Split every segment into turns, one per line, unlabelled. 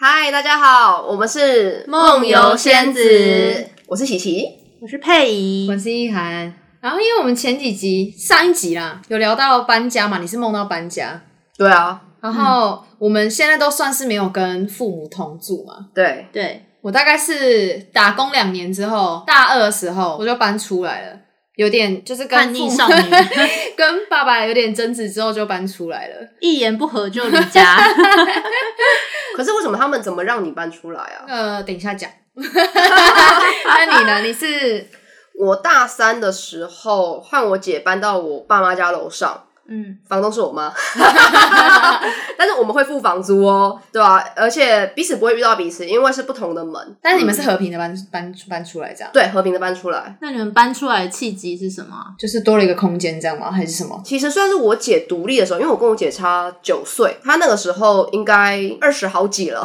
嗨，大家好，我们是
梦游仙子，
我是琪琪。
我是佩仪
我，是一涵。然后，因为我们前几集上一集啦，有聊到搬家嘛，你是梦到搬家，
对啊，
然后我们现在都算是没有跟父母同住嘛。
对，
对，
我大概是打工两年之后，大二的时候我就搬出来了，有点就是跟
叛逆
父母
少女，
跟爸爸有点争执之后就搬出来了。
一言不合就离家，
可是为什么他们怎么让你搬出来啊？
呃，等一下 讲。那你呢？你是
我大三的时候换我姐搬到我爸妈家楼上，
嗯，
房东是我 妈， 但是我们会付房租哦，对吧、啊？而且彼此不会遇到彼此，因为是不同的门，
但是你们是和平的搬搬搬出来这样，
对和平的搬出来。
那你们搬出来的契机是什么啊？
就是多了一个空间这样吗？还是什么？
其实算是我姐独立的时候，因为我跟我姐差九岁，她那个时候应该二十好几 了，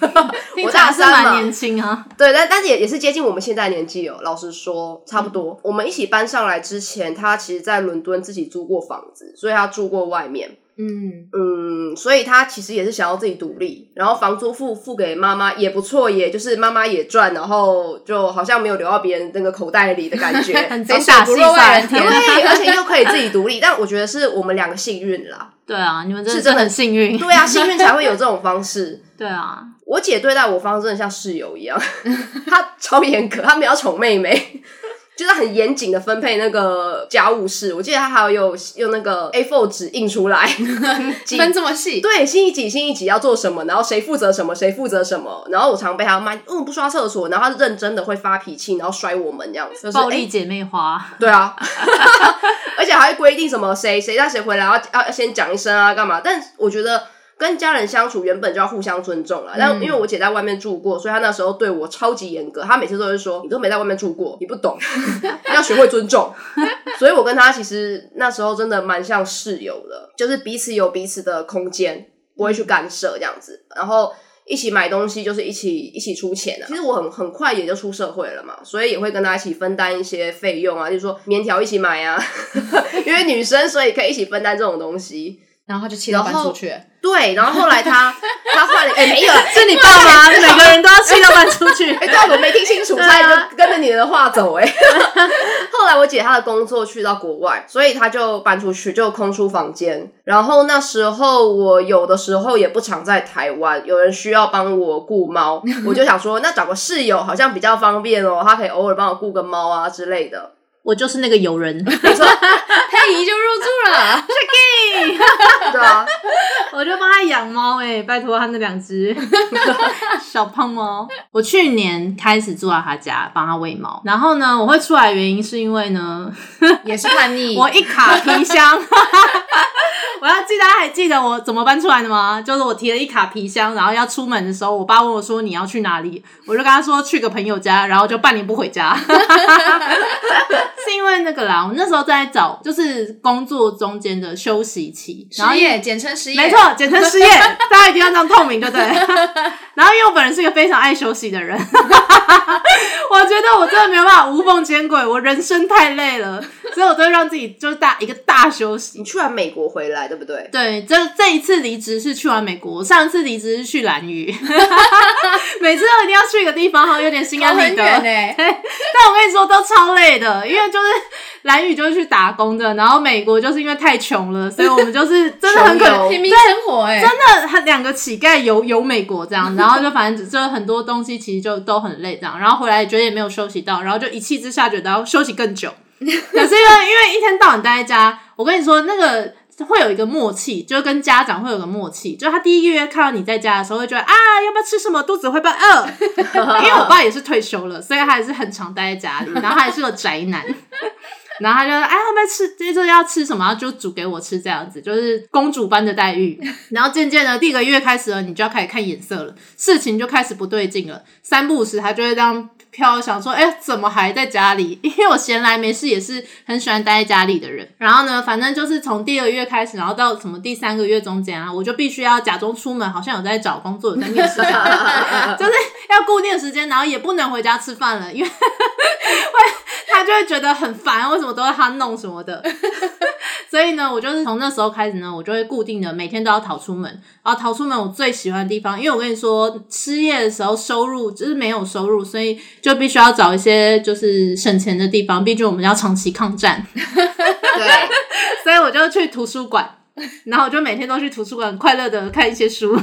我大
听起
三
来
嘛
是蛮年轻啊，
对，但但是也也是接近我们现在的年纪哦。老实说，差不
嗯
多。我们一起搬上来之前，他其实在伦敦自己租过房子，所以他住过外面。
嗯，
嗯，所以他其实也是想要自己独立，然后房租付付给妈妈也不错耶，也就是妈妈也赚，然后就好像没有流到别人那个口袋里的感觉，
很
水
贼傻
不
戏
落
杀
外
人
人
田，
对，而且又可以自己独立。但我觉得是我们两个幸运啦，
对啊，你们真的
是真
是
的
很幸运，
对啊，幸运才会有这种方式。
对啊，
我姐对待我方式真的像室友一样， 她超严格，她没有要宠妹妹，就是很严谨的分配那个家务事。我记得她还有用那个 A4 纸印出来， 几
分这么细，
对星期几星期几要做什么，然后谁负责什么谁负责什么。然后我常被她骂，嗯不刷厕所，然后她认真的会发脾气，然后摔我们这样子，就是
暴
哎
力姐妹花，
对啊， 而且还会规定什么谁谁带谁回来要要要先讲一声啊，干嘛？但我觉得跟家人相处原本就要互相尊重了。啊但因为我姐在外面住过，所以她那时候对我超级严格，她每次都会说：“你都没在外面住过，你不懂， 要学会尊 重。”所以，我跟她其实那时候真的蛮像室友的，就是彼此有彼此的空间，不会去干涉这样子。然后。一起买东西就是一起一起出钱啊。其实我很很快也就出社会了嘛，所以也会跟他一起分担一些费用啊，就是说棉条一起买啊， 因为女生所以可以一起分担这种东西。
然后他就气到搬出去了。
对，然后后来 他他换了，哎、没有了，
是你爸妈，每个人都要气到搬出去，
哎、对，我没听清楚，
对啊
差点就跟着你的话走、哎，
啊
后来我姐她的工作去到国外，所以她就搬出去，就空出房间。然后那时候我有的时候也不常在台湾，有人需要帮我顾 猫，我就想说，那找个室友好像比较方便哦，她可以偶尔帮我顾个猫啊之类的。
我就是那个友人，
没错，
佩仪就入住了，
对啊，
我就帮他养猫哎，拜托他那 两只小胖猫。我去年开始住在他家帮他喂猫，然后呢，我会出来的原因是因为呢，
也是叛逆。
我一卡皮箱， 我要记得还记得我怎么搬出来的吗？就是我提了一卡皮箱，然后要出门的时候，我爸问我说你要去哪里，我就跟他说去个朋友家，然后就半年不回家， 是因为那个啦，我那时候在找就是工作中间的休息期，然后
失业，简称失业，
没，错，简称失业， 大家一定要这样透明，对 不对？然后因为我本人是一个非常爱休息的 人，我觉得我真的没有办法无缝接轨，我人生太累了，所以我都会让自己就是大一个大休息
你。去完美国回来，对不 对？
对，这这一次离职是去完美国，上次离职是去兰屿， 每次都一定要去一个地方，好像有点心安
跑很
理得。
远哎、
但我跟你说，都超累的，因为就是兰屿就是去打工的，然后美国就是因为太穷了，所以我们就是真的很可
穷游
平民生活哎、
真的很两个乞丐游游美国这样，然后就反正就很多东西其实就都很累这样，然后回来也觉得也没有休息到，然后就一气之下觉得要休息更久。可是因为因为一天到晚待在家，我跟你说那个。会有一个默契，就是跟家长会有个默契，就是他第一个月看到你在家的时候，会觉得啊，要不要吃什么，肚子会不会饿？ 因为我爸也是退休了，所以他还是很常待在家里，然后他还是个宅男，然后他就哎，要不要吃？这周要吃什么？然后就煮给我吃，这样子就是公主般的待遇。然后渐渐的，第一个月开始了，你就要开始看眼色了，事情就开始不对劲了。三不五时，他就会这样飘，想说，哎、怎么还在家里？ 因为我闲来没事，也是很喜欢待在家里的人。然后呢，反正就是从第二个月开始，然后到什么第三个月中间啊，我就必须要假装出门，好像有在找工作，有在面试， 就是要固定的时间，然后也不能回家吃饭了，因为 会他就会觉得很烦，为什么都要他弄什么的。 所以呢，我就是从那时候开始呢，我就会固定的每天都要逃出门。然后逃出门，我最喜欢的地方，因为我跟你说，失业的时候收入就是没有收入，所以就必须要找一些就是省钱的地方。毕竟我们要长期抗战，
对，
所以我就去图书馆。然后我就每天都去图书馆，快乐的看一些书。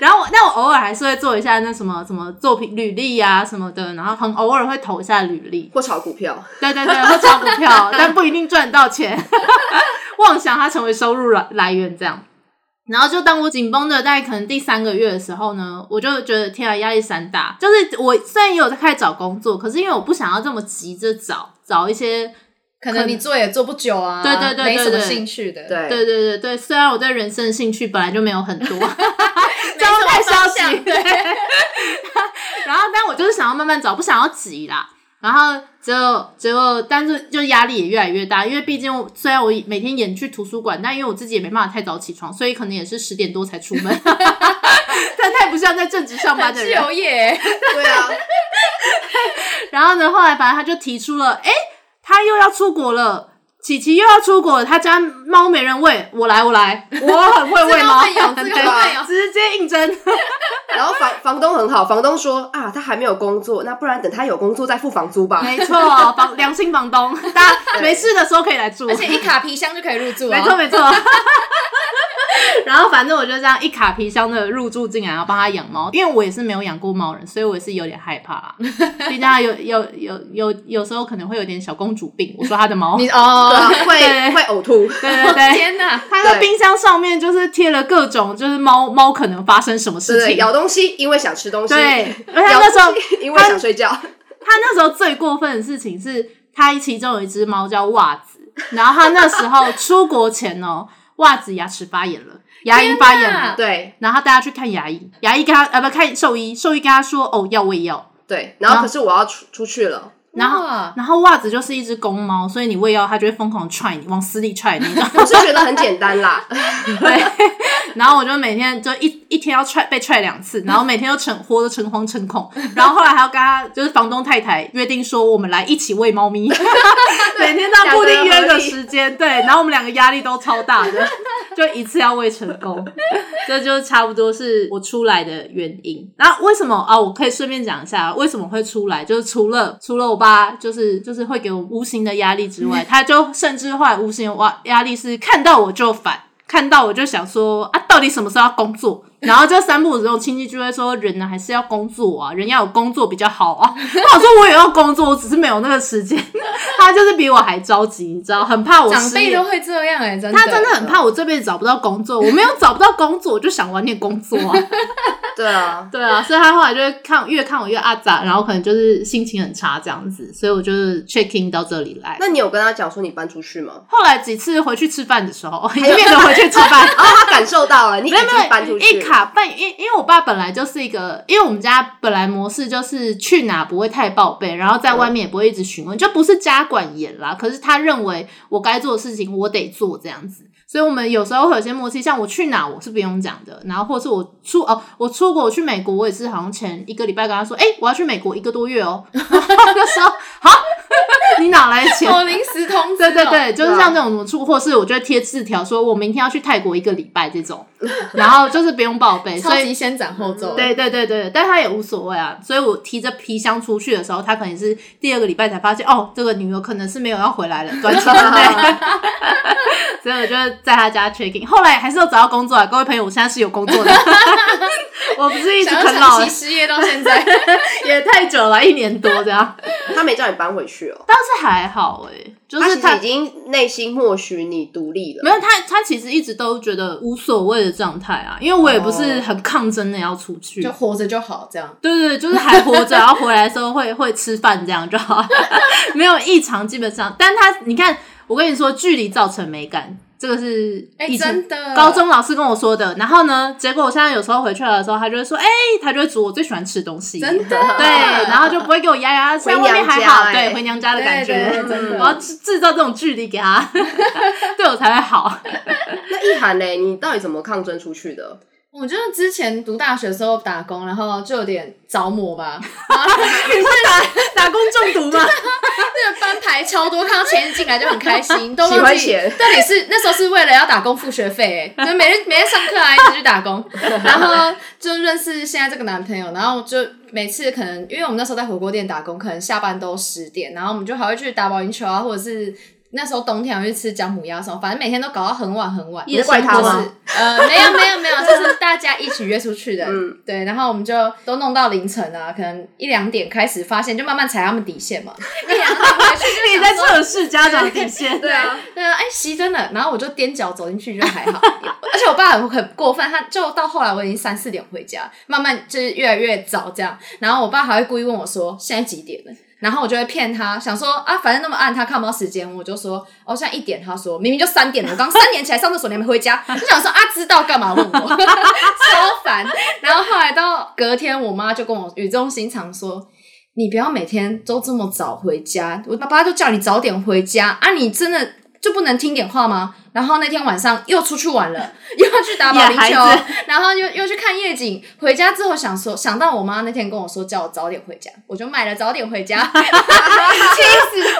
然后我，但我偶尔还是会做一下那什么什么作品履历呀、什么的，然后很偶尔会投一下履历。
或炒股票，
对对对，会炒股票，但不一定赚得到钱。 妄想它成为收入来来源，这样。然后就当我紧绷的大概可能第三个月的时候呢，我就觉得天啊，压力山大。就是我虽然也有在开始找工作，可是因为我不想要这么急着找找一些，
可能你做也做不久啊，
对对对对
没什么
对
兴趣的，，
对
对对对对。虽然我对人生的兴趣本来就没有很 多，
交
代消息
对，
然后，但我就是想要慢慢找，不想要急啦。然后结果结果，但是就压力也越来越大，因为毕竟我虽然我每天也去图书馆，但因为我自己也没办法太早起床，所以可能也是十点多才出门。 但太不像在正职上班的
自
人。
由业，
对啊，
然后呢，后来反正他就提出了，哎，他又要出国了。琪琪又要出国了，他家猫没人喂，我来，我来， 我很会喂猫，
这个我会有这个
我会
有
直接应征。
然后房房东很好，房东说啊，他还没有工作，那不然等他有工作再付房租吧。
没错，房良心房东，大家没事的时候可以来住，
而且一卡皮箱就可以入住啊，
没错没错。 然后反正我就这样一卡皮箱的入住进来，然后帮他养猫，因为我也是没有养过猫人，所以我也是有点害怕啦。毕竟他有有有有有时候可能会有点小公主病。我说他的猫，
你
对
对啊
哦，
会会呕 吐，
对对，
天哪，
他的
对
冰箱上面就是贴了各种就是猫猫可能发生什么事
对，
情。
咬东西因为想吃东西，
对，而且他
咬
那时候
东西因为想睡 觉，
他那时候最过分的事情是，他其中有一只猫叫袜子， 然后他那时候出国前哦，袜子牙齿发炎了，牙龈发炎
天哪
了，
对
然后他带他去看牙医，牙医跟他呃不看兽医，兽医跟他说哦要喂药，
对。然后
然后
可是我要出出去了，
然后
哇
然后袜子就是一只公猫，所以你喂药它就会疯狂踹你，往死里踹你。
我是觉得很简单啦，
对，然后我就每天就一一天要踹被踹两次，然后每天都诚活得诚惶诚恐，然后后来还要跟他就是房东太太约定说，我们来一起喂猫咪，每天都要固定约个时间，对，然后我们两个压力都超大的，就一次要喂成功，这就差不多是我出来的原因。然后为什么啊？我可以顺便讲一下为什么会出来，就是除了除了我爸就是就是会给我无形的压力之 外，他就甚至后来无形的压压力是看到我就烦。看到我就想说啊，到底什么时候要工作？然后就三不五时，我亲戚就会说，人呢还是要工作啊，人要有工作比较好啊。 那我说我也要工作，我只是没有那个时间。 他就是比我还着急，你知道，很怕我
长
失
辈
业
都。会这样哎，真的，
嗯他真的很怕我这辈子找不到工作，我没有找不到工作，我就想晚点工作啊。
对啊，
对啊，所以他后来就会看越看我越阿杂，然后可能就是心情很差这样子，所以我就是 check in 到这里来。
那你有跟他讲说你搬出去 吗？
后来几次回去吃饭的时候，哦一面的回去吃饭，
然哦后他感受到了，你已
啊没有
经搬
没有
出
一
去，
卡半，因因为我爸本来就是一个，因为我们家本来模式就是去哪不会太报备，然后在外面也不会一直询问，就不是家管严啦。可是他认为我该做的事情我得做这样子，所以我们有时候会有些默契，像我去哪我是不用讲的，然后或是我出哦，我出国我去美国，我也是好像前一个礼拜跟他说，哎、我要去美国一个多月哦， 然后他就说好， 你哪来的 钱？
哦，临时通知哦，
对对对，就是
对啊
像这种什么出，或是我就会贴字条说，我明天要去泰国一个礼拜这种， 然后就是不用报备，所
超
以
级先斩后奏，
对对对对，但他也无所谓啊。所以我提着皮箱出去的时候，他可能是第二个礼拜才发现，哦，这个女友可能是没有要回来了， 短期之内。所以我就在他家 check in，后来还是有找到工作啊，各位朋友，我现在是有工 作的，我不是一直
想要
啃老
长期，失业到现 在，
也太久了，一年多这样，
他没叫你搬回去哦，
倒是还好哎、就
他
是
其实
他
已经内心默许你独立了，
没有他，他其实一直都觉得无所谓的状态啊，因为我也不是很抗争的要出去，
哦就活着就好这样。
对对对，就是还活着，然后回来的时候会会吃饭这样就好， 没有异常，基本上。但他你看，我跟你说，距离造成美感，这个是
哎
以前
真的
高中老师跟我说的。然后呢，结果我现在有时候回去的时候，他就会说，哎、他就会煮我最喜欢吃的东西，
真的，
对，然后就不会给我压压，在外面还好，
回娘家欸
对，回娘家的感觉，
哎
嗯
对对真的
我要制制造这种距离给他， 对我才会好。
那意涵嘞，欸你到底怎么抗争出去的？
我就是之前读大学的时候打工，然后就有点着魔吧，
你是打打工中毒吗？
那个翻牌费超多，看到钱一进来就很开心，都
喜欢
忘记
钱
到底是那时候是为了要打工付 学费、欸，就每天每天上课啊，一直去打工，然后就认识现在这个男朋友，然后就每次可能因为我们那时候在火锅店打工，可能下班都十点，然后我们就还会去打保龄球啊，或者是。那时候冬天还会去吃姜母鸭什么，反正每天都搞到很晚很晚。
你在怪他
就
吗
是？呃，没有没有没有，就是大家一起约出去的，
嗯
对，然后我们就都弄到凌晨啊，可能一两点开始发现，就慢慢踩他们底线嘛， 一两点回去就
你
想
在
说。
测试家长底线，
对啊，
对啊啊，哎，熄灯了，然后我就踮脚走进去就还好， 而且我爸很很过分，他就到后来我已经三四点回家，慢慢就是越来越早这样，然后我爸还会故意问我说现在几点了，然后我就会骗他，想说啊反正那么暗，他看不到时间，我就说哦现在一点，他说明明就三点了，我刚三点起来上厕所你还没回 家，就想说啊知道干嘛问我， 超烦。然后后来到隔天，我妈就跟我语重心长说：“你不要每天都这么早回家，我爸爸就叫你早点回家啊！你真的就不能听点话吗？”然后那天晚上又出去玩了，又要去打保龄
野孩子
球，然后又又去看夜景。回家之后想说，想到我妈那天跟我说叫我早点回家，我就买了早点 回家，气死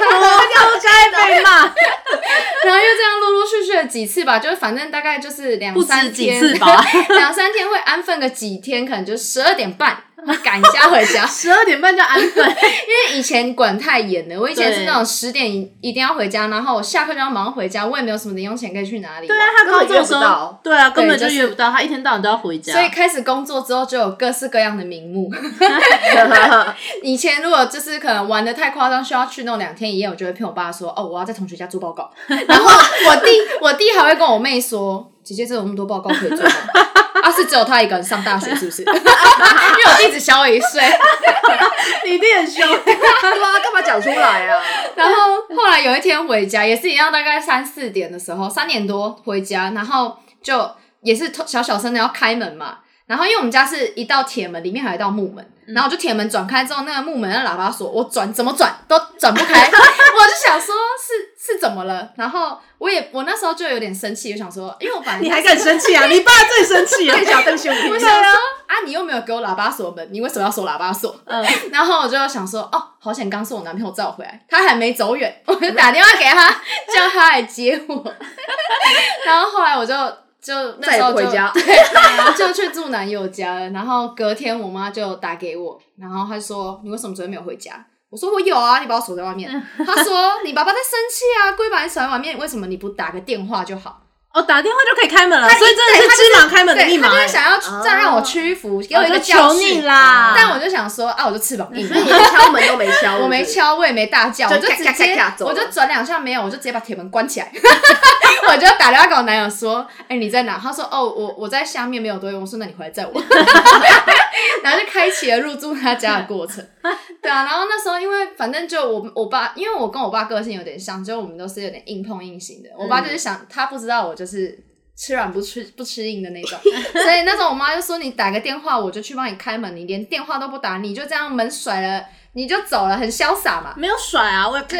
他了！
我该 被骂，
然后又这样陆陆续续的几次吧，就是反正大概就是两
不止
三
几
天，
次吧，。
两三天会安分个几天，可能就十二点半赶一下回家
十二点半就安 分，
因为以前管太严了，我以前是
对
那种十点一一定要回家，然后我下课就要马上回家，我也没有什么零用钱可以去哪里玩。对
但啊他高中的时
根本约不
候
到，
对啊，根本就
对就是
约不到，他一天到晚都要回家，
所以开始工作之后，就有各式各样的名目。 以前如果就是可能玩的太夸张，需要去弄两天一夜，我就会骗我爸说：“哦，我要在同学家做报告。”然后我弟，我弟还会跟我妹说：“姐姐，这有那么多报告可以做吗？”啊，是只有他一个人上大学是不是？因 为我弟只小我一岁。
你一定很凶，
对啊，干嘛讲出来啊？
然后后来有一天回家，也是一样，大概三四点的时候，三点多回家，然后就也是偷小小声的要开门嘛。然后因为我们家是一道铁门，里面还有一道木门，
嗯
然后我就铁门转开之后，那个木门的喇叭锁，我转怎么转都转不 开，我就想说是是怎么了？然后我也我那时候就有点生气，我想说，因为我本来
你还敢生气啊？你爸最生气了
看，小邓兄
我
弟，
想说啊，你又没有给我喇叭锁门，你为什么要锁喇叭锁？
嗯，
然后我就想说，哦，好险，刚是我男朋友载我回来，他还没走远， 我就打电话给他，叫他来接我。 然后后来我就就那
再
时
也
候
不回
就
家
就去住男友家了。然后隔天我妈就打给我，然后她说：“你为什么昨天没有回家？”我说我有啊，你把我锁在外面。
嗯
她说你爸爸在生气啊，故意把你锁在外面，为什么你不打个电话就好？
哦，打电话就可以开门了，
他一
所以真的是芝麻开门的
对，
密
他
码
就
哎
欸，
是想要
哦
再让我屈服，给我
我
一个
就
教
求
训嗯
你。啦。
但我就想说啊，我就翅膀硬
所以。你连敲门都没敲，
我没敲，我也没大叫，
嗯就
我就
咔
直
咔
接
咔咔走了
我就转两下没有，我就直接把铁门关起来。 我就打电话给我男友说：“哎、你在哪？”他说：“哦，我我在下面没有多远。”我说：“那你回来载我。” 然后就开启了入住他家的过 程。对啊，然后那时候因为反正就我我爸，因为我跟我爸个性有点像，就我们都是有点硬碰硬型的。我爸就是想、他不知道我就是吃软不吃不吃硬的那种，所以那时候我妈就说你打个电话我就去帮你开门，你连电话都不打，你就这样门甩了你就走了，很潇洒嘛。
没有甩啊，我也不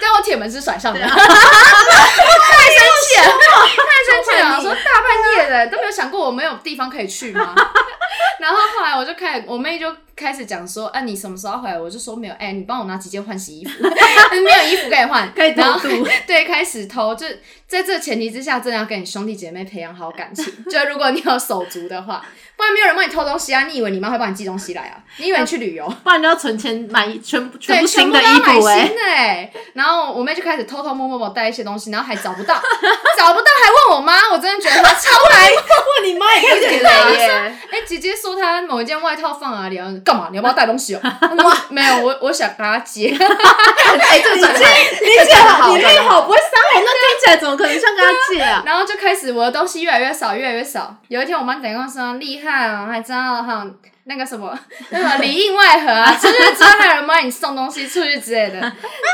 但我铁门是甩上的，
啊
太生气了，太生气了！我说大半夜的都没有想过我没有地方可以去吗？ 然后后来我就开始，我妹就开始讲说，啊，你什么时候要回来？我就说没有，哎、你帮我拿几件换洗衣服， 没有衣服可以换，
可以偷
然后
渡
对，开始偷。就在这前提之下，真的要跟你兄弟姐妹培养好感情。就如果你有手足的话，不然没有人帮你偷东西啊！你以为你妈会帮你寄东西来啊？你以为你去旅游？
不然就要存钱买一全部全
对，
部
全
新
部
的
都
衣
要买
服哎、
新的欸然后我妹就开始偷偷摸摸帮我带一些东西，然后还找不到， 找不到还问我妈，我真的觉得她超 来。
问你妈也有
有点雷耶，
哎、姐姐说她某一件外套放哪里啊？干嘛？你要不要带东西哦？我说没有，我我想把它接。
哎，这个转得好
你
转得好，转得
好不会撒谎，那听起来怎么可能像跟他借啊？
然后就开始我的东西越来越少，越来越少。有一天我妈打电话说厉害哦，还知道还有那个什么 那个里应外合啊，就是知道还有人帮你送东西出去之类的，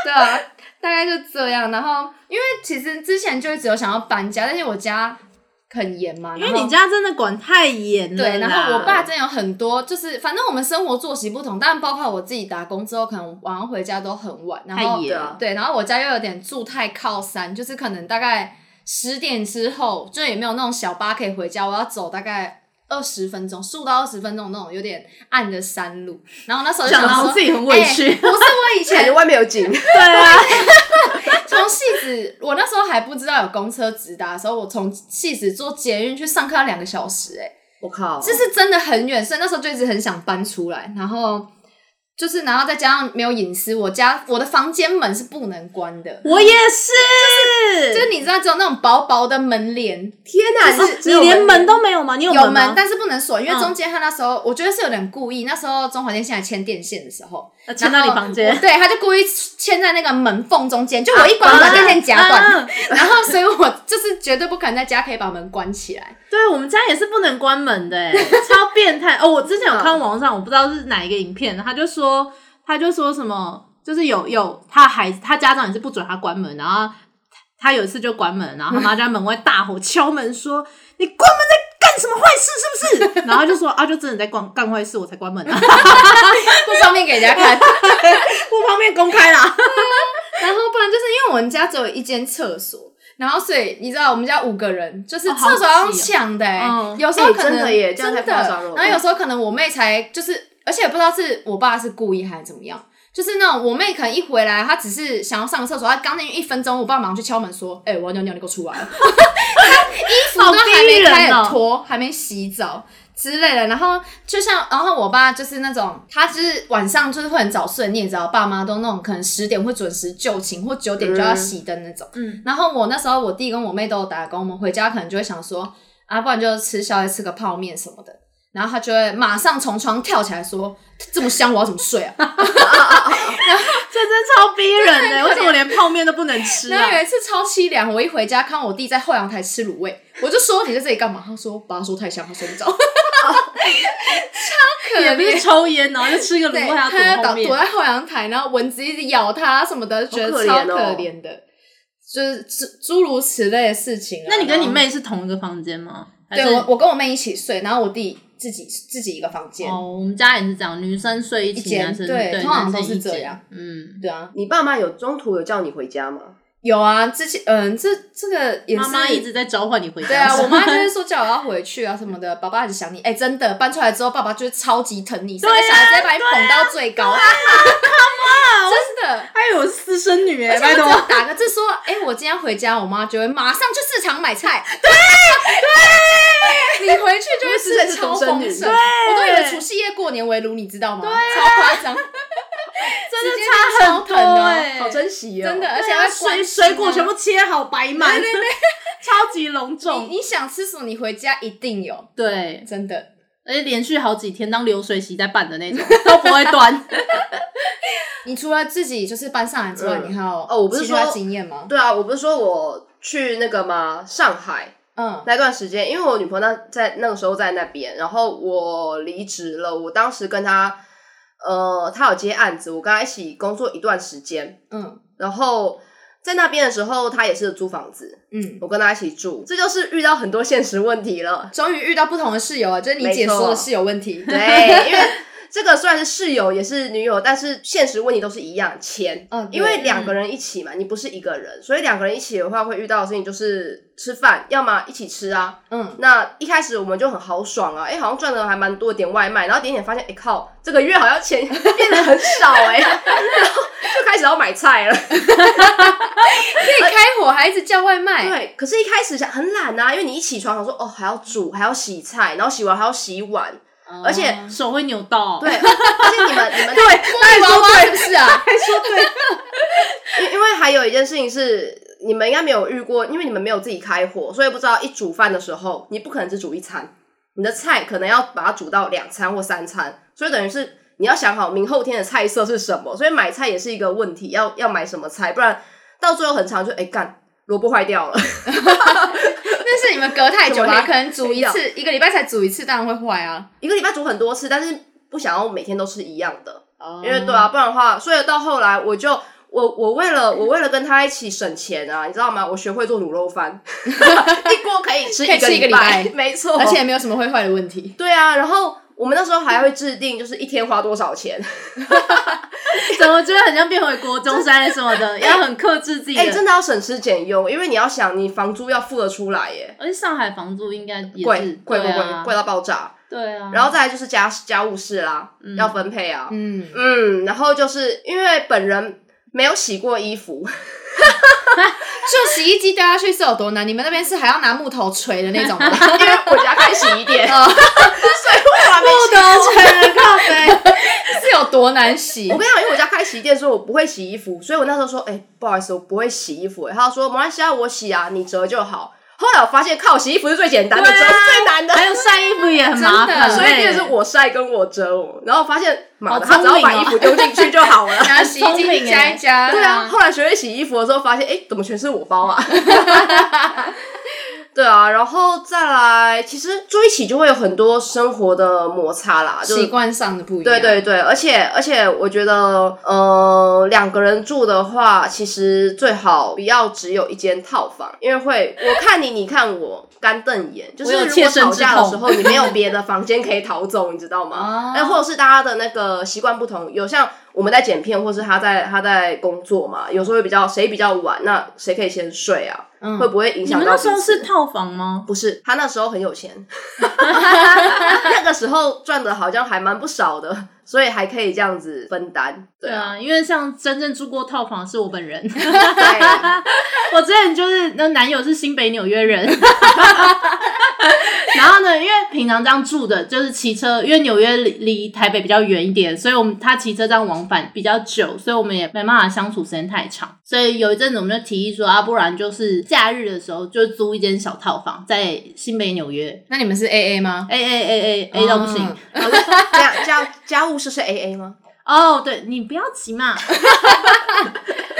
对啊，大概就这样。然后因为其实之前就只有想要搬家，但是我家很严嘛，
因
然
为
后
你家真的管太严了啦。
对，然后我爸真的有很多，就是反正我们生活作息不同，但包括我自己打工之后，可能晚上回家都很晚，然
太
后
野
了
对，然啊后我家又有点住太靠山，就是可能大概十点之后，就也没有那种小巴可以回家，我要走大概。二十分钟，十五到二十分钟那种有点暗的山路。然后那时候就
讲
想
得好
说
像自己很委屈
哎不是我以
感
前
觉外面有景，
对啊，
从戏子，我那时候还不知道有公车直达的时候，我从戏子坐捷运去上课要两个小时、哎，
我
哦
靠，
这是真的很远，所以那时候就一直很想搬出来，然后。就是，然后再加上没有隐私，我家我的房间门是不能关的，
我也是，
就是你知道，只有那种薄薄的门帘，
天哪，
哦
是
你连门都没有吗？你有
有
门吗？
但是不能锁，因为
嗯
中间他那时候、我觉得是有点故意，那时候中华电信还牵电线的时候，
呃牵到你
然后
房间
我对，他就故意牵在那个门缝中间，就我一关我把电线夹断，
啊啊
然后所以我就是绝对不可能在家可以把门关起来，
对我们家也是不能关门的、欸，超变态哦！我之前有
嗯
看网上，我不知道是哪一个影片，他就说，他就说什么，就是有有他孩子，他家长也是不准他关门，然后他他有一次就关门，然后他妈就在门外大吼敲门说：“你关门在干什么坏事？是不 是？”然后他就说：“啊，就真的在干干坏事，我才关门 啊，
不方便给人家看。
不方便公开啦。
然后不然就是因为我们家只有一间厕所。然后，所以你知道，我们家五个人，就是
哦好
厕所要用
挤
抢的、欸
嗯
有时候
哎
可能、
真的耶这样太
真的
夸张了
然后有时候可能我妹才就是，而且也不知道是我爸是故意还是怎么样，就是那种我妹可能一回来，她只是想要上个厕所，她刚进去一分钟，我爸马上去敲门说：“哎、我要尿尿，你给我出来！” 她衣服都还没开始
好逼哦
脱，还没洗澡。之类的，然后就像，然后我爸就是那种，他就是晚上就是会很早睡，你也知道，爸妈都那种可能十点会准时就寝，或九点就要熄灯那种。
嗯，
然后我那时候我弟跟我妹都有打工，我们回家可能就会想说，啊，不然就吃宵夜，吃个泡面什么的。然后他就会马上从床跳起来说：“这么香，我要怎么睡啊？”
这真超逼人的、
对
为什么连泡面都不能吃
然
啊
后？有一次超凄凉，我一回家看我弟在后阳台吃卤味，我就说：“你在这里干嘛？”他说：“爸说太香，他睡不着。” 超可
也不是
怜。
抽烟，然后就 吃个卤
对，
味，还
他
要
要
躲后
躲
面
躲。在后阳台，然后蚊子一直咬他什么的，觉得
可
超
怜
可
哦
怜的，就是诸诸如此类的事情啊、
那你跟你
然后
妹是同一个房间吗？还
对
是
我，我跟我妹一起睡，然后我弟自己自己一个房间。
哦，我们家也是这样，女生睡一
一
起，
间
男生
对
对，
通常
男生
都是
一
这
间
样。
嗯，
对啊，
你爸妈有中途有叫你回家吗？
有啊，之前嗯，这这个也是
妈妈一直在召唤你回家。
对啊，
是
我
吗
妈就是说叫我要回去啊什么的，爸爸一直想你。哎、真的搬出来之后，爸爸就是超级疼你，三
啊
个小孩直接把你捧到最高。 真的，
还有私生女哎
而且我只要打个字说，哎、我今天回家，我妈就会马上去市场 买菜。对对，你回去就会吃的超丰
因为是
盛。
独生女
我都以为除夕夜过年围炉，你知道吗？超夸 张，
真的差很
直接
多
变超疼哦
哎，
好珍惜哦，
真的，而且
对啊
还会
水
关
水果
心
全
啊
部切好摆满，
对
超级隆
你
重。
你想吃什么，你回家一定有，
对，
真的。
而且连续好几天当流水席在办的那种，都不会端。
你除了自己就是搬上来之外，
嗯
你还有
哦我不是
其他
说
经验吗？
对啊，我不是说我去那个吗？上海
嗯，
那段时间，因为我女朋友那在那个时候在那边，然后我离职了，我当时跟她，呃，她有接案子，我跟她一起工作一段时间，
嗯
然后在那边的时候，她也是租房子，
嗯，
我跟她一起住，这就是遇到很多现实问题 了。
终于遇到不同的室友了，就是你
没
姐
错
说的室友问题。
对，因为这个虽然是室友也是女友，但是现实问题都是一样，钱。
嗯，对
因为两个人一起嘛，你不是一个人，所以两个人一起的话会遇到的事情就是吃饭，要么一起吃啊。
嗯，
那一开始我们就很豪爽啊，哎、好像赚的还蛮多，点外卖，然后点一点发现，哎、靠，这个月好像钱 变得很少哎、然后就开始要买菜了。
可以开火还一直叫 外卖，
对，可是一开始想很懒啊，因为你一起床想说，哦，还要煮，还要洗菜，然后洗完还要洗碗，而且
哦手会扭到。
对，而且你们你们对
对娃娃是不是啊？
因因为还有一件事情是，你们应该没有遇过，因为你们没有自己开火，所以不知道一煮饭的时候，你不可能只煮一餐，你的菜可能要把它煮到两餐或三餐，所以等于是你要想好明后天的菜色是什么，所以买菜也是一个问题，要要买什么菜，不然到最后很长就哎干。萝卜坏掉了，
那是你们隔太久
什么
吧？
黑
可能煮一次，一个礼拜才煮一次，当然会坏啊。
一个礼拜煮很多次，但是不想要每天都吃一样的，
哦
因为对啊，不然的话，所以到后来我就我我为了我为了跟他一起省钱啊，你知道吗？我学会做卤肉饭， 一锅可以吃
可以吃一个礼
礼拜
拜，
没错，
而且也没有什么会坏的问题。
对啊，然后我们那时候还会制定，就是一天花多少钱。
怎么觉得很像变回国中山什么的，要很克制自己的。
哎、真的要省吃俭用，因为你要想，你房租要付得出来耶，
而且上海房租应该也
贵
是
贵
对
贵
啊
贵贵到爆炸。
对啊，
然后再来就是家家务事啦，要分配啊。
嗯，
嗯，然后就是因为本人没有洗过衣服，
就洗衣机丢下去是有多难？你们那边是还要拿木头锤的那种吗？
因为我家开洗衣 店，
哦
所以我还没洗。
头成靠背，
是有多难洗
我？跟你讲，因为我家开洗衣店，所以我不会洗衣服，所以我那时候说，哎、不好意思，我不会洗衣服、哎，他就说没关系啊，我洗啊，你折就好。后来我发现，靠，洗衣服是最简单的，折
对啊
是最难的。
还有晒衣服也很麻
真
烦，
的
所以就是
对
我晒跟我折我，然后发现妈的，
好
他
聪
只
明哦
要把衣服丢进去就好了。
拿洗衣机加一加，
对
哎
啊，，后来学会洗衣服的时候，发现哎、诶怎么全是我包 啊？对啊，然后再来，其实住一起就会有很多生活的摩擦啦，就
习
是
惯上的不一样。
对对对，而且而且我觉得，呃，两个人住的话，其实最好不要只有一间套房，因为会我看你，你看我，干瞪眼。就是
我有
如
切
果
身
吵
之
架的
痛
时候，你没有别的房间可以逃走，你知道
哦
吗？那、或者是大家的那个习惯不同，有像我们在剪片，或是他在他在工作嘛，有时候会比较谁比较晚，那谁可以先睡啊？
嗯
会不会影
你
响
们
到
那
彼此？
时候是套房吗？
不是，他那时候很有 钱，那个时候赚的好像还蛮不少的，所以还可以这样子分担。对
对
啊，
啊，因为像真正住过套房是我本人，啊
对，
我之前就是那男友是新北纽约人，然后呢，因为平常这样住的，就是骑车，因为纽约离离台北比较远一点，所以我们他骑车这样往返比较久，所以我们也没办法相处时间太长。所以有一阵子我们就提议说，啊，不然就是假日的时候就租一间小套房在新北纽约哎
那你们是 A A 吗？
，A A A A A 到不行。
哦
家家家务事是 A A 吗？
哦，对你不要急嘛。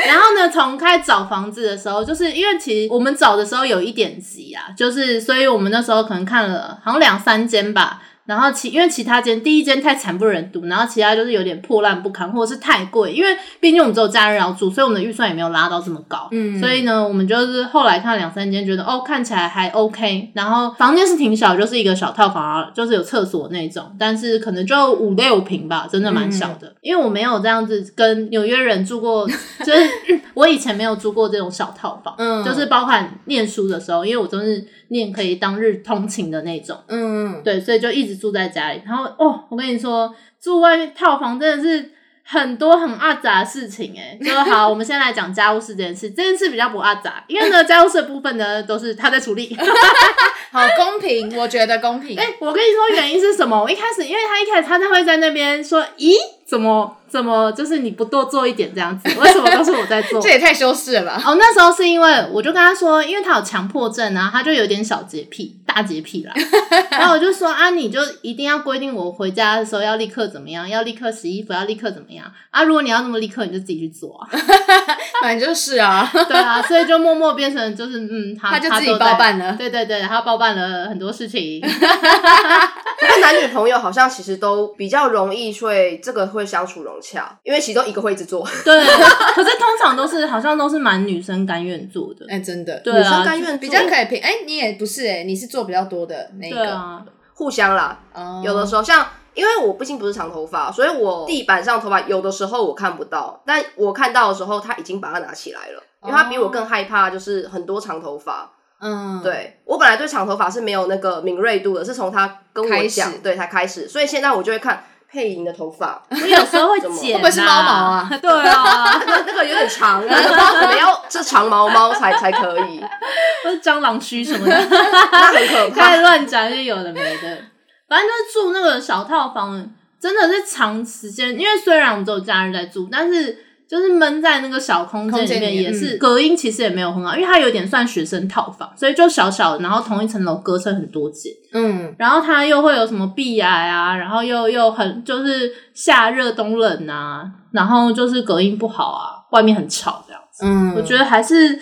然后呢，从开始找房子的时候，就是因为其实我们找的时候有一点急啊，就是所以我们那时候可能看了好像两三间吧。然后其因为其他间第一间太惨不忍睹，然后其他就是有点破烂不堪，或者是太贵，因为毕竟我们只有假日要住，所以我们的预算也没有拉到这么高。
嗯
所以呢，我们就是后来看了两三间，觉得哦看起来还 OK，然后房间是挺小，就是一个小套房啊，就是有厕所那种，但是可能就五六平吧，真的蛮小
嗯
的。因为我没有这样子跟纽约人住过， 就是嗯我以前没有住过这种小套房，
嗯
就是包含念书的时候，因为我都是念可以当日通勤的那种。
嗯，
对，所以就一直住在家里。然后哦，我跟你说，住外面套房真的是很多很阿杂的事情哎、欸。就是好，我们先来讲家务事这件事，这件事比较不阿杂，因为呢，家务事的部分呢都是他在处理。
好公平，我觉得公平
哎、。我跟你说原因是什么？我一开始，因为他一开始他在会在那边说，咦，怎么怎么就是你不多做一点这样子，为什么都是我在 做？
这也太羞耻了 吧！
哦，那时候是因为我就跟他说，因为他有强迫症啊，他就有点小洁癖，大洁癖 啦。然后我就说啊，你就一定要规定我回家的时候要立刻怎么样，要立刻洗衣服，要立刻怎么样啊？如果你要那么立刻，你就自己去做啊。
反正就是啊，
对啊，所以就默默变成就是嗯，
他
他
就自己
都
包
在
办了
对对对，他包办了很多事 情。
不过男女朋友好像其实都比较容易会这个会相处融洽，因为其中一个会一直做，
对，可是通常都是好像都是蛮女生甘愿做的。
哎，真的，
对
女生
啊，
甘愿
比较
做
可以平。哎，你也不是哎，你是做比较多的那一
对
个，
啊，
互相啦。
哦
有的时候像。因为我毕竟不是长头发，所以我地板上头发有的时候我看不到，但我看到的时候他已经把它拿起来了，因为他比我更害怕就是很多长头发。
哦嗯，
对我本来对长头发是没有那个敏锐度的，是从他跟
开
我
始
讲，对才开始，所以现在我就会看配音的头 发，
我有时候会
怎么
剪、啊，
会不会是猫毛啊？
对啊，
那个那个有点 长，那个不知道怎么要是长毛猫才才可以，
或是蟑螂须什么的。
那很可
太
怕。
乱讲一些有的没的，反正就是住那个小套房，真的是长时间。因为虽然我们只有假日在住，但是就是闷在那个小空间
空
里
间
面，
里嗯
也是、隔音其实也没有很好，因为它有点算学生套房，所以就小小的，然后同一层楼隔成很多间，
嗯，
然后它又会有什么壁癌啊，然后又又很就是夏热冬冷啊，然后就是隔音不好啊，外面很吵这样子，
嗯，
我觉得还是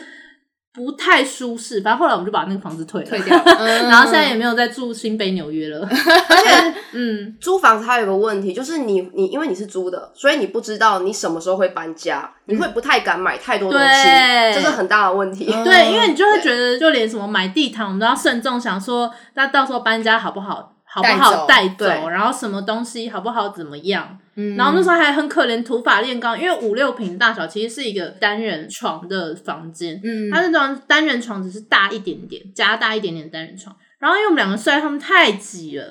不太舒适。反正后来我们就把那个房子退了。
退掉了，嗯
然后现在也没有在住新北纽约了，
而且
嗯，
租房子还有一个问题，就是你你因为你是租的，所以你不知道你什么时候会搬家，你会不太敢买太多东西，
对
这是很大的问题。
嗯
对，因为你就会觉得，就连什么买地毯，我们都要慎重，想说那到时候搬家好不好？好不好
带
带走，
对
然后什么东西好不好怎么样。
嗯
然后那时候还很可怜，土法炼钢，因为五六平大小其实是一个单人床的房间，
嗯，
它那种单人床只是大一点点，加大一点点的单人床。然后因为我们两个睡在他们太挤了，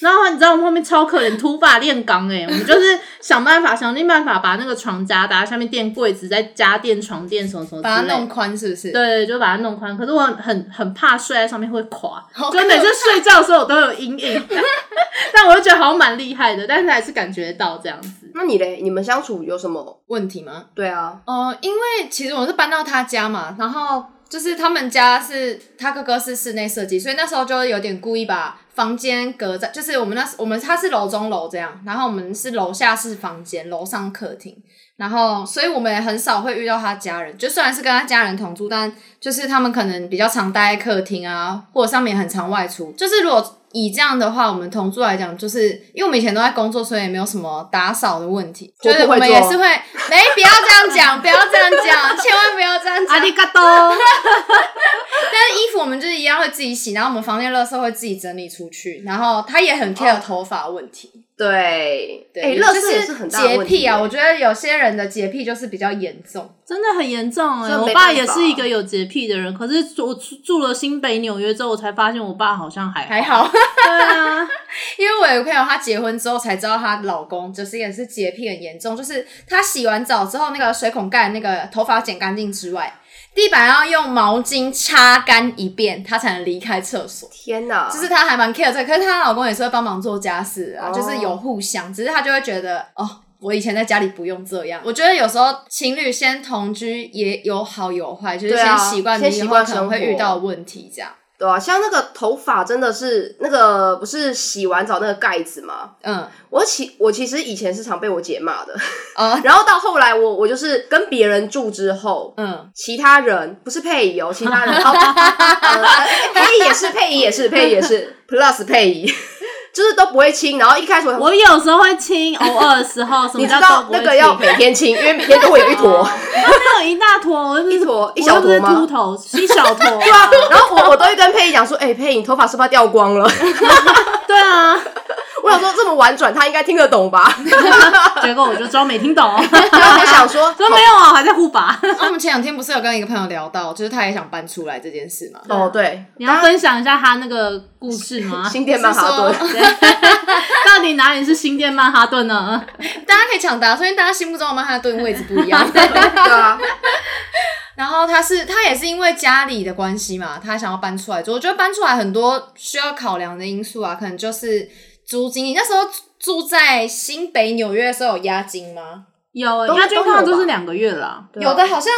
然后你知道我们后面超可怜，土法炼钢哎、我们就是想办法想尽办法把那个床夹搭，下面垫柜子，再加垫床垫什么什么之类
把
的，
它弄宽是不是？，
对，就把它弄宽。可是我很很怕睡在上面会垮，
好
就每次睡觉的时候我都有阴影。但我就觉得好像蛮厉害的，但是还是感觉到这样子。
那你嘞？你们相处有什么？
问题吗？
对啊，
哦、因为其实我是搬到他家嘛，然后就是他们家是他哥哥是室内设计，所以那时候就有点故意把房间隔在，就是我们那时我们他是楼中楼这样，然后我们是楼下是房间，楼上客厅，然后所以我们也很少会遇到他家人，就虽然是跟他家人同住，但就是他们可能比较常待在客厅啊，或者上面很常外出。就是如果以这样的话，我们同住来讲，就是因为我们以前都在工作，所以也没有什么打扫的问题，
我不会
就是
做
我们也是会，没不要这样讲，不要这样讲，千万不要这样讲。
嘎多，
但是衣服我们就是一样会自己洗，然后我们房间垃圾会自己整理出去，然后他也很 care 头发的问题。
对，
对，
哎，
就
乐视也是很大的
洁
问题
癖啊，
欸
我觉得有些人的洁癖就是比较严重。
真的很严重哎、
这没
我
办法
爸也是一个有洁癖的人，可是我住住了新北纽约之后，我才发现我爸好像还
还好，
对啊，
因为我有个朋友，她结婚之后才知道她老公就是也是洁癖很严重，就是她洗完澡之后，那个水孔盖那个头发剪干净之外，地板要用毛巾擦干一遍，她才能离开厕所。
天哪，
就是她还蛮 care 这个，可是她老公也是会帮忙做家事啊，
哦
就是有互相，只是她就会觉得哦。我以前在家里不用这样，我觉得有时候情侣先同居也有好有坏，就是
对啊
先习惯
先
你以
习
后
惯
可能
生
会遇
活
到问题这样。
对啊，像那个头发真的是那个不是洗完澡那个盖子吗？
嗯，
我其我其实以前是常被我姐骂的，
哦，
然后到后来我我就是跟别人住之后，
嗯，
其他人不是配仪哦，其他人哦，呃配仪也是，配仪也是，配仪也是，plus 配仪，就是都不会清。然后一开始我
我有时候会亲，偶尔的时候，什
你
么
知
叫都
道
不会
那个要
亲
每天清，因为每天都会有一坨。
他没有一大坨，我又不是
一坨一
我
小
又不是
坨吗
秃头，是一小坨、
对啊， 然后我我都会跟佩仪讲说，哎、佩仪，你头发是不是要掉光了？
对啊，
我想说这么婉转，他应该听得懂吧？
结果我就装没听懂，
然后我想 说，
说没有啊，还在互拔。
啊我们前两天不是有跟一个朋友聊到，就是他也想搬出来这件事嘛。
哦，对，
你要分享一下他那个故事 吗？
新店曼哈
是说
顿，
到底哪里是新店曼哈顿 呢？
大家可以抢答，所以大家心目中的曼哈顿位置不 一样。
对啊，
然后他是他也是因为家里的关系嘛，他想要搬出来住。我觉得搬出来很多需要考量的因素啊，可能就是租金。你那时候住在新北纽约的时候有押金吗？
有
都
押金
都
通常
有
都
吧
是两个月啦。
对啊
有的好像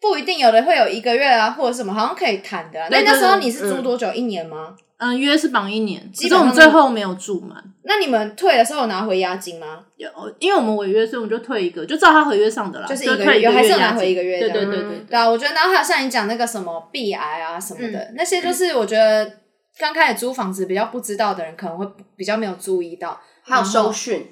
不一定，有的会有一个月啊，或者什么，好像可以谈的啊、
对
那那时候
对对
你是住多久？一年吗？
嗯，约是绑一年，
基
其
本
实我们
上
最后没有住满，
那你们退的时候有拿回押金吗？
有因为我们违约，所以我们就退一个，就照他合约上的啦，
就是
就
一个
退
月还是有拿
押
回
金
一个月
对
这
对
样
对
嗯
对
对啊，我觉得，然后还有像你讲那个什么 B I 啊什么的，
嗯
那些就是我觉得刚开始租房子比较不知道的人，可能会比较没有注意到。
还有收讯，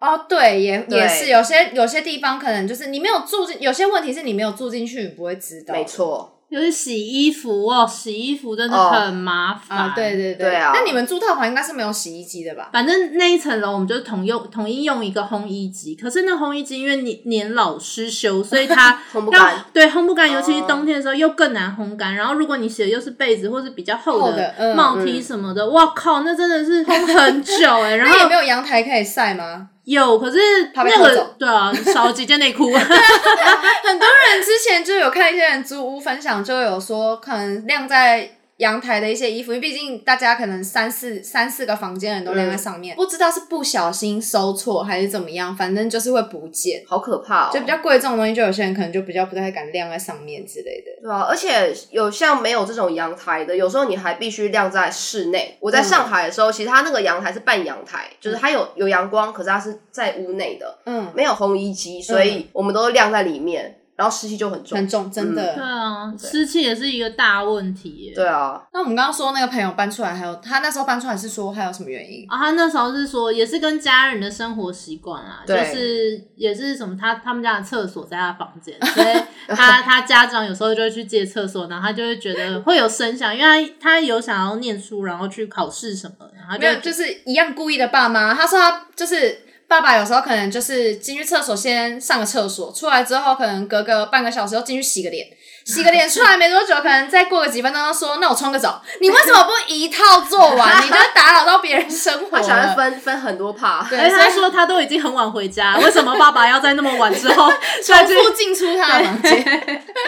哦，对，也
对
也是有些有些地方可能就是你没有住进，有些问题是你没有住进去，你不会知道。
没错，
尤其洗衣服哦，洗衣服真的
哦
很麻烦
啊，对对
对啊
那你们住套房应该是没有洗衣机的吧？
反正那一层楼我们就是统用统一用一个烘衣机，可是那烘衣机因为年年老失修，所以它
烘不
要
干
对烘不干，尤其是
哦
冬天的时候又更难烘干。然后如果你洗的又是被子或是比较厚
厚的嗯
帽 T 什么的，哇靠，那真的是烘很久 哎、然
那也
后
没有阳台可以晒吗？
有，可是
怕被
那
偷
个
走
对啊，少了几件 内裤。
很多人之前就有看一些人租屋分享，就有说可能晾在阳台的一些衣服，因为毕竟大家可能三四三四个房间的人都
嗯
晾在上面，不知道是不小心收错还是怎么样，反正就是会不见。
好可怕哦，
就比较贵重的东西，就有些人可能就比较不太敢晾在上面之类的。
对啊，而且有像没有这种阳台的，有时候你还必须晾在室内。我
嗯
在上海的时候，其实它那个阳台是半阳台，就是它有有阳光，可是它是在屋内的，
嗯，
没有烘衣机，所以我们都晾在里面，然后湿气就很重
很。重，真的。
嗯
对啊，湿气也是一个大问题、欸。
对啊，
那我们刚刚说那个朋友搬出来，还有他那时候搬出来是说还有什么原因？
啊，他那时候是说，也是跟家人的生活习惯啦，就
对
是也是什么他他们家的厕所在他房间，所以 他他家长有时候就会去借厕所，然后他就会觉得会有声响，因为他他有想要念书，然后去考试什么的，然
啊
他
没
就
有，就是一样故意的爸妈。他说他就是爸爸，有时候可能就是进去厕所先上个厕所，出来之后可能隔个半个小时又进去洗个脸，洗个脸出来没多久，可能再过个几分钟又说：“那我冲个澡。”你为什么不一套做 完？你就打扰到别人生活
他喜欢
了。
分分很多 part，
对
而且
所以
哎他说他都已经很晚回家，为什么爸爸要在那么晚之后 再
重
去？
复进出他的房间，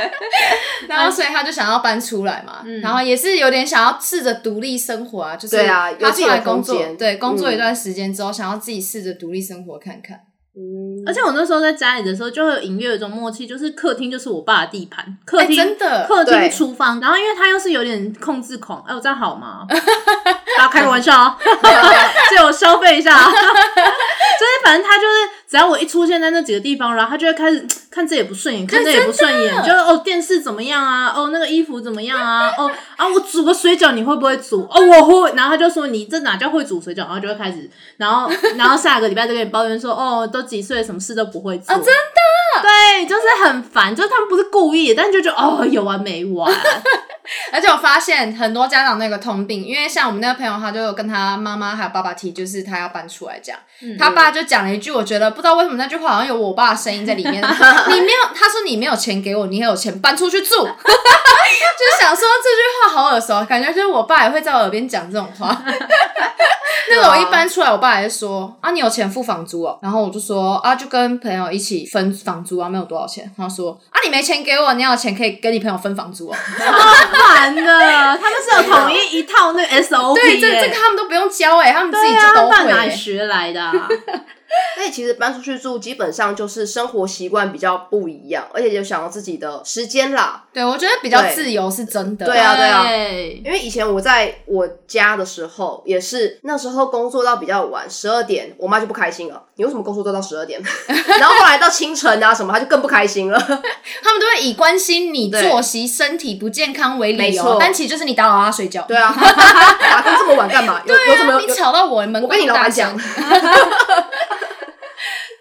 然后所以他就想要搬出来嘛，然后也是有点想要试着独立生活啊，就
嗯
是
对啊有
他
自己
出来
的空
工作
间，
对，工作
嗯
一段时间之后，想要自己试着独立生活看看。
嗯
而且我那时候在家里的时候，就会有隐约有一种默契，就是客厅就是我爸的地盘，客厅、
哎真的
客
对
厅、厨房，然后因为他又是有点控制狂，哎、我这样好吗？大家开个玩笑哦，借我消费一下 哦。就是反正他就是，只要我一出现在那几个地方，然后他就会开始看这也不顺眼，看这也不顺眼，就是哦电视怎么样啊，哦那个衣服怎么样啊，哦啊我煮个水饺你会不会煮？哦我会，然后他就说你这哪叫会煮水饺，然后就会开始，然后然后下个礼拜再跟你抱怨说哦都几岁了什么事都不会做，
啊真
的，对，就是很烦，就是他们不是故意的，但就觉得哦有完没完，
而且我发现很多家长那个通病，因为像我们那个朋友，他就跟他妈妈还有爸爸提，就是他要搬出来这样。他爸就讲了一句，我觉得不知道为什么那句话好像有我爸的声音在里面。你没有，他说你没有钱给我，你也有钱搬出去住。就想说这句话好耳熟，感觉就是我爸也会在我耳边讲这种话。那个我一搬出来，我爸也是说啊，你有钱付房租哦。然后我就说啊，就跟朋友一起分房租啊，没有多少钱。他说啊，你没钱给我，你要有钱可以跟你朋友分房租哦。
好烦的，他们是有统一一套那个
哦
SOP，
对，这
耶
这个他们都不用教哎、他们自己
对
就
啊，
都
爸
会、
哪
欸。
里学来的、啊？
所以其实搬出去住，基本上就是生活习惯比较不一样，而且就想要自己的时间啦。
对，我觉得比较
对
自由是真的。
对啊
对
因为以前我在我家的时候，也是那时候工作到比较晚，十二点，我妈就不开心了。你为什么工作都到十二点？ 然后后来到清晨啊什么，她就更不开心了。
他们都会以关心你
对
作息、身体不健康为
没
理
错
由，但其实就是你打扰他睡觉。
对啊， 打工这么晚干嘛？有、有什么有
啊你
有
吵到我门
我跟你
关
老
大
板
声
讲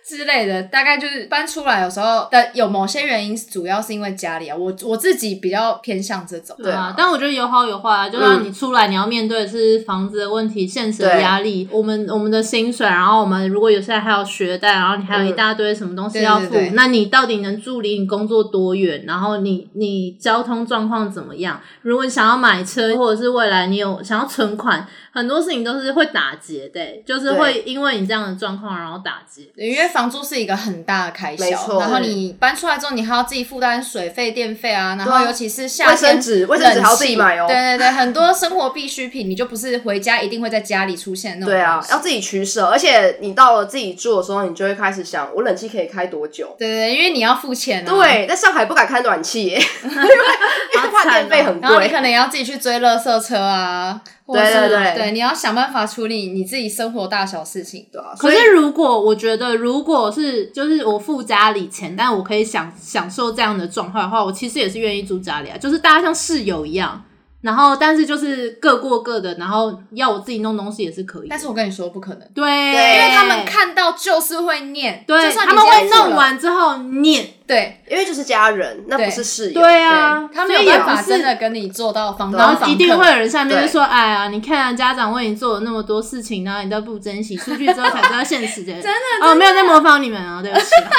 之类的，大概就是搬出来有时候的有某些原因，主要是因为家里啊，我我自己比较偏向这种。
对啊
啊，但我觉得有好有坏啊。就像你出来，你要面对的是房子的问题、现实的压力，我们我们的薪水，然后我们如果有些还有学贷，然后你还有一大堆什么东西要
对
付
对对，
那你到底能住离你工作多远？然后你你交通状况怎么样？如果你想要买车，或者是未来你有想要存款，很多事情都是会打结的、就是会因为你这样的状况然后打结。
对因为房租是一个很大的开销
没，错
然后你搬出来之后，你还要自己负担水费、电费啊，然
对
后
啊
尤其是夏
卫
天
生纸，卫生纸还要自己买哦。
对对对，很多生活必需品，你就不是回家一定会在家里出现的那种。
对啊，要自己取舍，而且你到了自己住的时候，你就会开始想，我冷气可以开多久？
对对对，因为你要付钱啊。。
对，在上海不敢开暖气耶，因 为因为怕电费很
哦然后你可
贵。
能也要自己去追垃圾车啊，或者是
对对对
你要想办法处理你自己生活大小事情。
对啊，
可
所以
是如果我觉得，如果是就是我付家里钱，但我可以享享受这样的状况的话，我其实也是愿意住家里啊，就是大家像室友一样，然后但是就是各过各的，然后要我自己弄东西也是可以的。
但是我跟你说不可能，
对，
对
因为他们，看到就是会念，就
对
算你
他们
今
会
天付了
弄，完之后念，
对
因为就是家人，那
对
不是室友。
对啊，
他
所
们
以
有
也
办
不
法真
是。
的跟你做到防
然
然
盗
后
防
一定会
客。
有人下面就说：“哎呀，你看啊家长为你做了那么多事情，然后你都不珍惜，出去之后才知道现 实的。”真的哦，没有在模仿你们啊，对不起啊。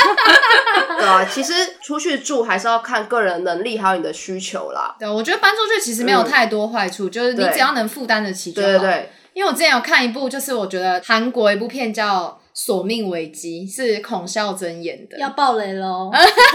对啊，其实出去住还是要看个人能力还有你的需求啦。
对，我觉得搬出去其实没有太多坏处，就是你
嗯对
只要能负担得起就
对
好。
对对，
因为我之前有看一部，就是我觉得韩国一部片叫《索命危机》，是孔孝真演的。
爆雷喽！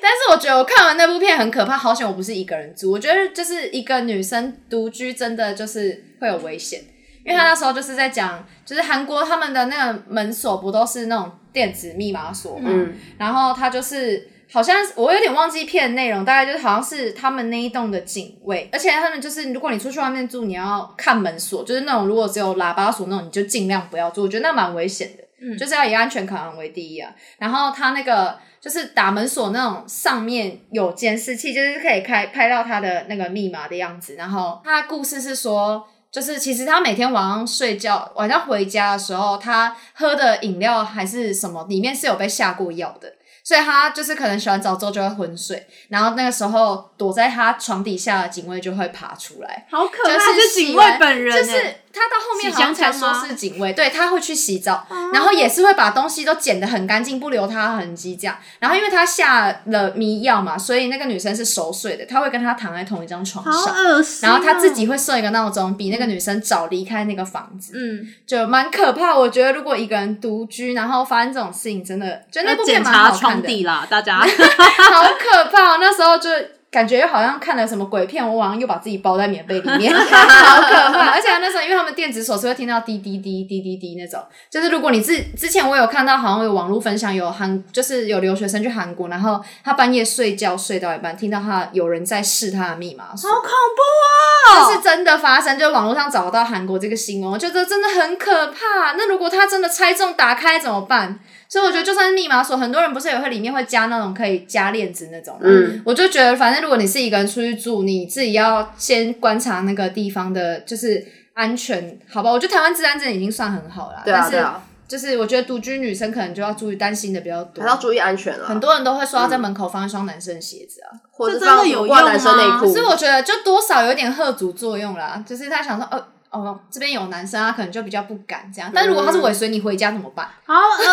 但是我觉得我看完那部片很可怕，好险我不是一个人住。我觉得就是一个女生独居，真的就是会有危险，因为她那时候就是在讲，就是韩国他们的那个门锁不都是那种电子密码锁嘛，
嗯，
然后他就是好像是我有点忘记片内容，大概就是好像是他们那一栋的警卫，而且他们就是如果你出去外面住，你要看门锁，就是那种如果只有喇叭锁那种，你就尽量不要住，我觉得那蛮危险的。就是要以安全考量为第一啊。然后他那个就是打门锁那种上面有监视器，就是可以开拍到他的那个密码的样子。然后他的故事是说。就是其实他每天晚上睡觉，晚上回家的时候，他喝的饮料还是什么，里面是有被下过药的，所以他就是可能洗完澡之后就会昏睡，然后那个时候躲在他床底下的警卫就会爬出来，
好可
就
爱，
是
这
洗
警
完
卫本人
就
欸，
是他到后面
洗
好像
香
才
肠
说
吗哦
是警卫，对他会去洗澡，然后也是会把东西都捡得很干净，不留他痕迹这样。然后因为他下了迷药嘛，所以那个女生是熟睡的，他会跟她躺在同一张床
好
上。
恶心哦。
然后他自己会设一个闹钟，比那个女生早离开那个房子，
嗯，
就蛮可怕。我觉得如果一个人独居，然后发生这种事情，真的就那
要
部片
检
蛮
查
好看
床
的。
底啦，大家。
好可怕、哦！那时候就感觉好像看了什么鬼片，我好像又把自己包在棉被里 面，好可怕！而且那时候因为他们电子锁是会听到滴滴滴滴滴滴那种，就是如果你之之前我有看到好像有网络分享有韩，就是有留学生去韩国，然后他半夜睡觉睡到一半，听到他有人在试他的密码锁。
恐怖哦
这是真的发生，就网络上找到韩国这个新闻，我觉得真的很可怕。那如果他真的猜中打开怎么办？所以我觉得就算是密码锁，很多人不是也会里面会加那种可以加链子那种。
嗯，
我就觉得反正如果你是一个人出去住，你自己要先观察那个地方的，就是安全，好吧？我觉得台湾治安真的已经算很好了，
对啊对
但是
啊，
就是我觉得独居女生可能就要注意担心的比较多
还。是要注意安全
很
啦，
多人都会说要在门口放一双男生的鞋子啊，
或者
这
是
真的
放
有
挂
用
男生内
吗
裤。
所以我觉得就多少有点贺阻作用啦，就是他想说，哦哦，这边有男生啊，可能就比较不敢这样。但如果他是尾随你回家怎么
嗯
办？
好恶！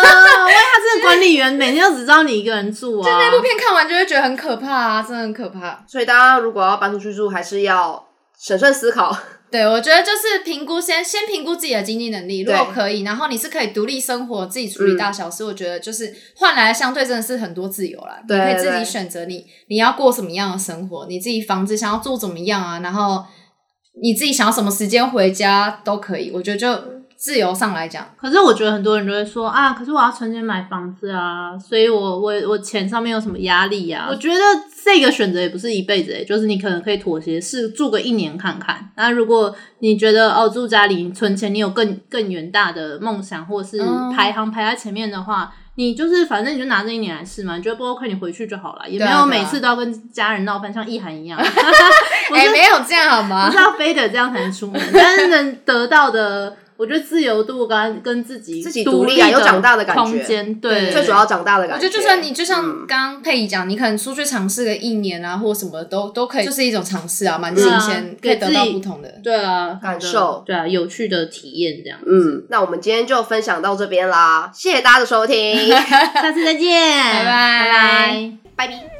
喂，他这个管理员每天都只知道你一个人住啊。
那部片看 完就会觉得很可怕啊，真的很可怕。
所以大家如果要搬出去住，还是要审慎思考。
对，我觉得就是评估先先评估自己的经济能力，如果
对
可以，然后你是可以独立生活、自己处
嗯
理大小事，我觉得就是换来相对真的是很多自由啦。
对
你可以自己
对
选择你你要过什么样的生活，你自己房子想要住怎么样啊，然后你自己想要什么时间回家都可以。我觉得就自由上来讲，
可是我觉得很多人都会说啊，可是我要存钱买房子啊，所以我我我钱上面有什么压力呀、我觉得这个选择也不是一辈子、欸，就是你可能可以妥协，是住个一年看看。那如果你觉得哦住家里存钱，你有更更远大的梦想，或是
嗯
排行排在前面的话。你就是反正你就拿这一年来试嘛，你觉得不 OK 你回去就好了，也
对
没
啊
有
对啊
每次都要跟家人闹翻，像意涵一样。
哎、没有这样好吗
不是？要非得这样才能出 门，但是能得到的，我觉得自由度跟跟自己
自己
独
独
立
立啊
的
有长大的感觉
空间，对，
最主要长大的感
我
觉，
觉得就算你就像
嗯
刚刚佩仪讲，你可能出去尝试个一年啊，或什么都都可以，就是一种尝试啊，蛮新
对啊
鲜，可
给
以得
自
到
己
不同的。
对啊，
感受
对啊，有趣的体验这样，
嗯，那我们今天就分享 到这边啦，谢谢大家的收听。
下次再见，
拜拜
拜
拜
拜。
拜。